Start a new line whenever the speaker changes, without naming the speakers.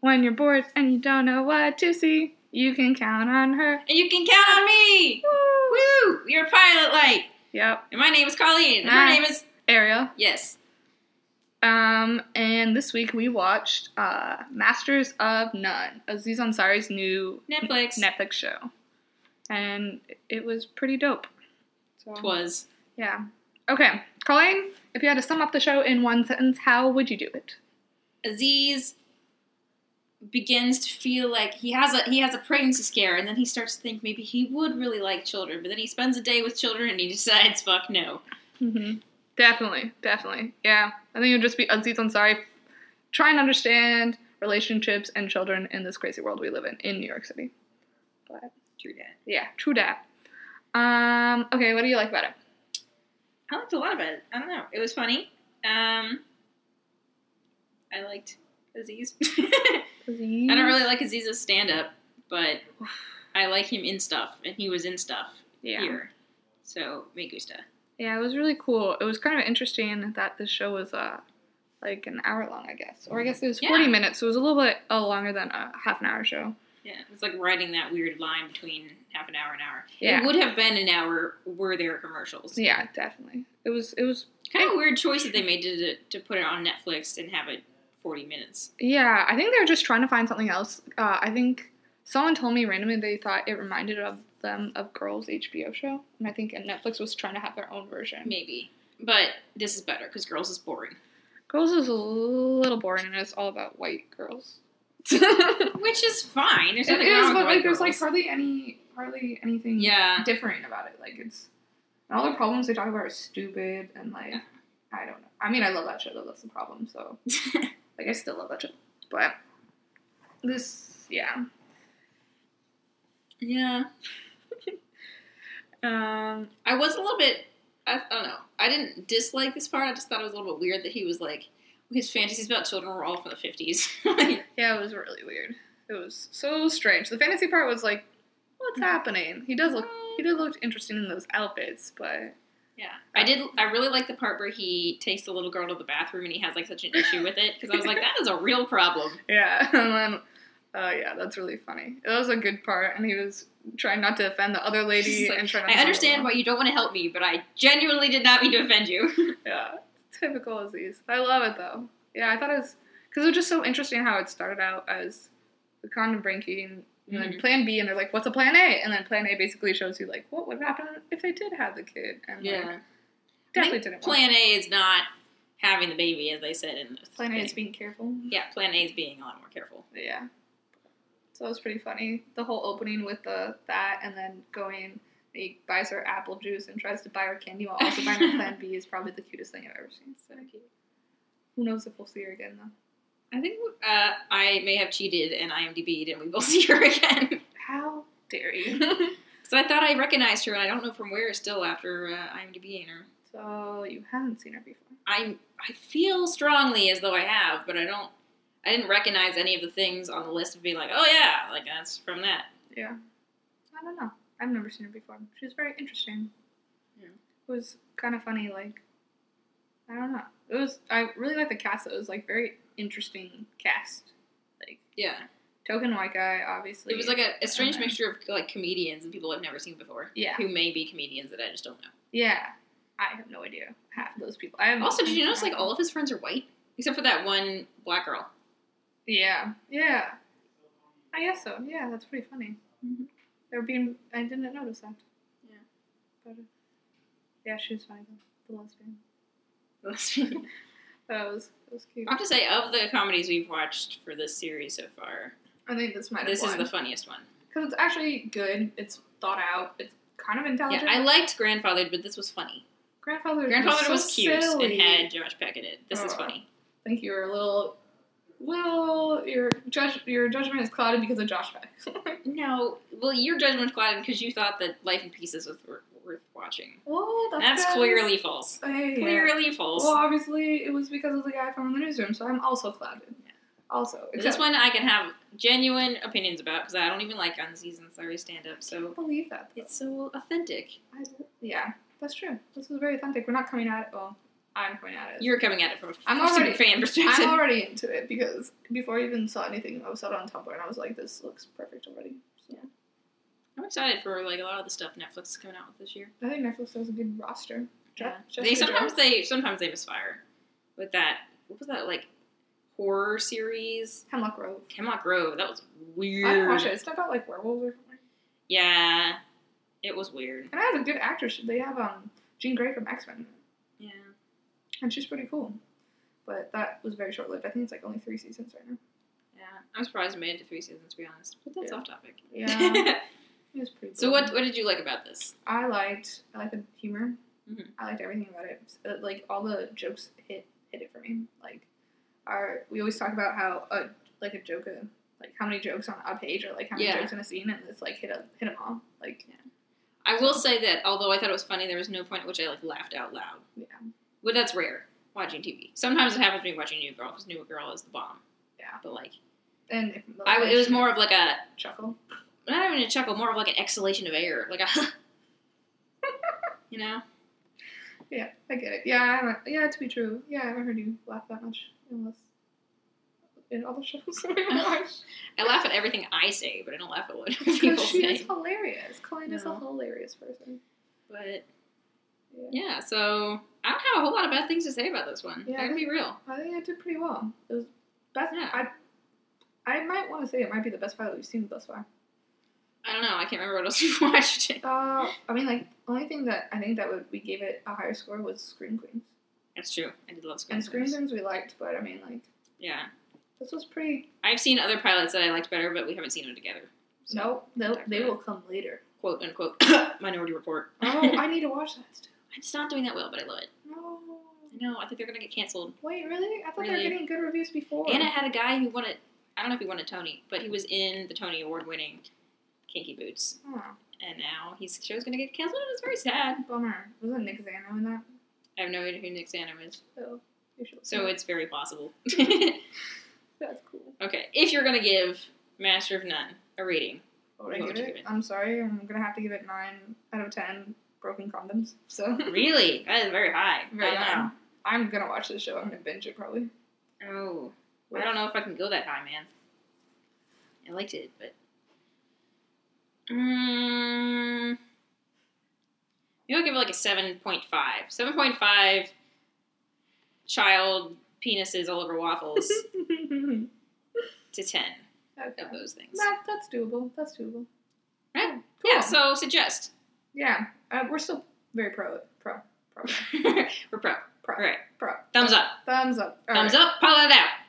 When you're bored and you don't know what to see, you can count on her.
And you can count on me!
Woo!
Woo! You're a pilot light!
Yep,
And my name is Colleen. And her
Ah.
name is.
Ariel.
Yes.
Um, and this week we watched uh, Masters of None, Aziz Ansari's new
Netflix.
Netflix show, and it was pretty dope. So,
was.
yeah. Okay, Colleen, if you had to sum up the show in one sentence, how would you do it?
Aziz begins to feel like he has a he has a pregnancy scare and then he starts to think maybe he would really like children but then he spends a day with children and he decides fuck no
Mm-hmm. Definitely, definitely. Yeah, I think it would just be Aziz Ansari trying to understand relationships and children in this crazy world we live in in New York City. But
true dad
yeah, true that. Um, okay, what do you like about it?
I liked a lot about it I don't know it was funny um I liked Aziz I
I
don't really like Aziz's stand up but I like him in stuff and he was in stuff
yeah.
here so me gusta
Yeah, it was really cool. It was kind of interesting that this show was uh like an hour long, I guess, or I guess it was forty
Yeah.
minutes. So it was a little bit uh, longer than a half an hour show.
Yeah, it's like riding that weird line between half an hour and hour.
Yeah.
It would have been an hour were there commercials.
So yeah, definitely. It was. It was.
Kind of a weird choice that they made to, to, to put it on Netflix and have it 40 minutes.
Yeah, I think they were just trying to find something else. Uh, I think someone told me randomly they thought it reminded of them of Girls HBO show, and I think Netflix was trying to have their own version.
Maybe. But this is better because Girls is boring.
Girls is a little boring, and it's all about white girls.
Which is fine. There's
It
nothing
is,
wrong
but
with
like,
White
there's like
Girls.
hardly any, hardly anything.
Yeah.
differing about it. Like it's and all the problems they talk about are stupid and like I don't know. I mean, I love that show though. That's the problem. So like, I still love that show, but this, yeah.
Yeah.
Um.
I was a little bit. I, I don't know. I didn't dislike this part. I just thought it was a little bit weird that he was like. His fantasies about children were all from the 50s. Like,
Yeah, it was really weird. It was so strange. The fantasy part was like, what's happening? He does look.
"Oh,
He did look interesting in those outfits, but
Yeah, I did. I really like the part where he takes the little girl to the bathroom and he has like such an issue with it because I was like, that is a real problem.
yeah. And then, uh, yeah, that's really funny. That was a good part, and he was trying not to offend the other lady
She's like,
and trying. Not
I
to
understand why you don't want to help me, but I genuinely did not mean to offend you.
Yeah, typical Aziz. I love it though. Yeah, I thought it was because it was just so interesting how it started out as the condom breaking and then
Mhm.
plan B, and they're like, "What's a plan A?" And then plan A basically shows you like what would happen if they did have the kid, and like, definitely didn't want
Plan A is not having the baby, as they said in the
it. plan A is being careful.
yeah. Plan A is being a lot more careful.
Yeah, so it was pretty funny. The whole opening with the that, and then going. He buys her apple juice and tries to buy her candy while also buying her plan B is probably the cutest thing I've ever seen. So cute. Who knows if we'll see her again though.
I think uh, I may have cheated and IMDb'd, and we will see her again.
How dare you?
so I thought I recognized her, and I don't know from where still after uh, IMDb'ing her.
so you haven't seen her before.
I I feel strongly as though I have, but I don't. I didn't recognize any of the things on the list of being like, oh yeah, like that's from that.
Yeah. I don't know. I've never seen her before. She's very interesting.
Yeah.
It was kind of funny, like I don't know. It was I really like the cast. though. It was like very interesting cast. Like
Yeah,
token white guy, obviously.
it was like a, a strange
Okay.
mixture of like comedians and people I've never seen before,
yeah,
who may be comedians that I just don't know.
yeah. I have no idea half of those people. I have
Also, did you notice like all of his friends are white except for that one black girl?
Yeah, yeah. I guess so. Yeah, that's pretty funny.
Mhm.
They were being. I didn't notice that.
Yeah.
But uh, yeah, she was funny though. The lesbian.
I
That was that was cute.
have to say, of the comedies we've watched for this series so far,
I think this might have
this is
won
the funniest one.
because it's actually good. It's thought out. It's kind of
Yeah,
intelligent.
I liked Grandfathered, but this was funny.
grandfather.
Grandfathered
so
was cute
silly.
and had Josh Peck in it. This is
Oh.
funny.
I think you were a little, little. Your judge, your judgment is clouded because of Josh Peck.
No, well, your judgment was clouded because you thought that Life in Pieces was wor- worth watching.
oh,
That's
bad.
clearly false.
Hey, yeah.
Clearly false.
Well, obviously, it was because of the guy from the newsroom, so I'm also clouded. Also,
this one I can have genuine opinions about because I don't even like on season sorry stand up,
I
so
don't believe that. though.
it's so authentic.
I, yeah, that's true. This was very authentic. We're not coming at it. Well, I'm coming at it.
You're coming at it from a
I'm
super
already-
fan perspective.
I'm already into it because before I even saw anything, I was out on Tumblr and I was like, this looks perfect already. So
I'm excited for like a lot of the stuff Netflix is coming out with this year.
I think Netflix has a good roster. Je- Jessica
they sometimes
Jones.
they sometimes they misfire with that. What was that like horror series?
Hemlock Grove.
Hemlock Grove. That was weird.
I don't watch it. It's not about like werewolves or something.
Yeah, it was weird.
And I have a good actress. They have um Jean Grey from X Men,
Yeah,
and she's pretty cool. But that was very short lived. I think it's like only three seasons right now.
yeah. I'm surprised it made it to three seasons to be honest. But that's
Yeah.
off topic.
Yeah, it was pretty.
so
cool.
what what did you like about this?
I liked I liked the humor.
Mhm.
I liked everything about it. Uh, Like all the jokes hit hit it for me. Like our we always talk about how a like a joke uh, like how many jokes on a page or like how many
Yeah.
jokes in a scene and it's like hit a, hit them all. Like
I will say that although I thought it was funny, there was no point at which I like laughed out loud.
yeah.
Well, that's rare watching TV. Sometimes it happens to me watching New Girl because New Girl is the bomb.
Yeah.
but like
And if,
I, it was more of like a
chuckle.
not even a chuckle, more of like an exhalation of air, like a, you know.
Yeah, I get it. Yeah, I haven't, yeah, to be true. Yeah, I haven't heard you laugh that much unless in all the shows we watch.
I laugh at everything I say, but I don't laugh at what people
Because she
say.
is hilarious. Colleen is a
No.
hilarious person.
But
Yeah.
yeah, so I don't have a whole lot of bad things to say about this one.
Yeah.
I can be real.
I think I did pretty well. It was best.
Yeah.
I I might want to say it might be the best pilot we've seen thus far.
I don't know. I can't remember what else we watched.
Uh, I mean, like only thing that I think that would, we gave it a higher score was Scream Queens.
That's true. I did love Scream.
And Scream
Queens.
Queens we liked, but I mean, like
Yeah,
this was pretty.
I've seen other pilots that I liked better, but we haven't seen them together. So,
No, no, they will come later.
Quote unquote Minority Report.
Oh, I need to watch that. still.
It's not doing that well, but I love it.
No.
I know. I think they're gonna get canceled.
Wait, really? I thought they
Really?
were getting good reviews before.
And it had a guy who won it. I don't know if he won a Tony, but he was in the Tony Award winning Kinky Boots.
Huh,
And now his show's going to get canceled, and it's very sad.
bummer. Wasn't Nick Zano in that?
I have no idea who Nick Sanum is,
So you should.
so it's very possible.
that's cool.
okay, if you're going to give Master of None a rating,
What would I
What would
give
you
it?
give it?
I'm sorry. I'm gonna have to give it nine out of ten broken condoms. So.
really? That is very high.
Right
I
now. I'm gonna watch this show. I'm gonna binge it probably.
don't know. Oh, I don't know if I can go that high, man. I liked it, but. Mm, maybe I'll give it like a 7.5. 7.5 child penises all over waffles
okay.
to 10 of those things.
That, that's doable. That's doable.
Right?
Cool.
Yeah, so suggest.
Yeah, uh, we're still very pro, pro, pro,
We're pro.
pro,
All right.
pro.
Thumbs up.
Thumbs up. All
Thumbs
right.
up. Pile it out.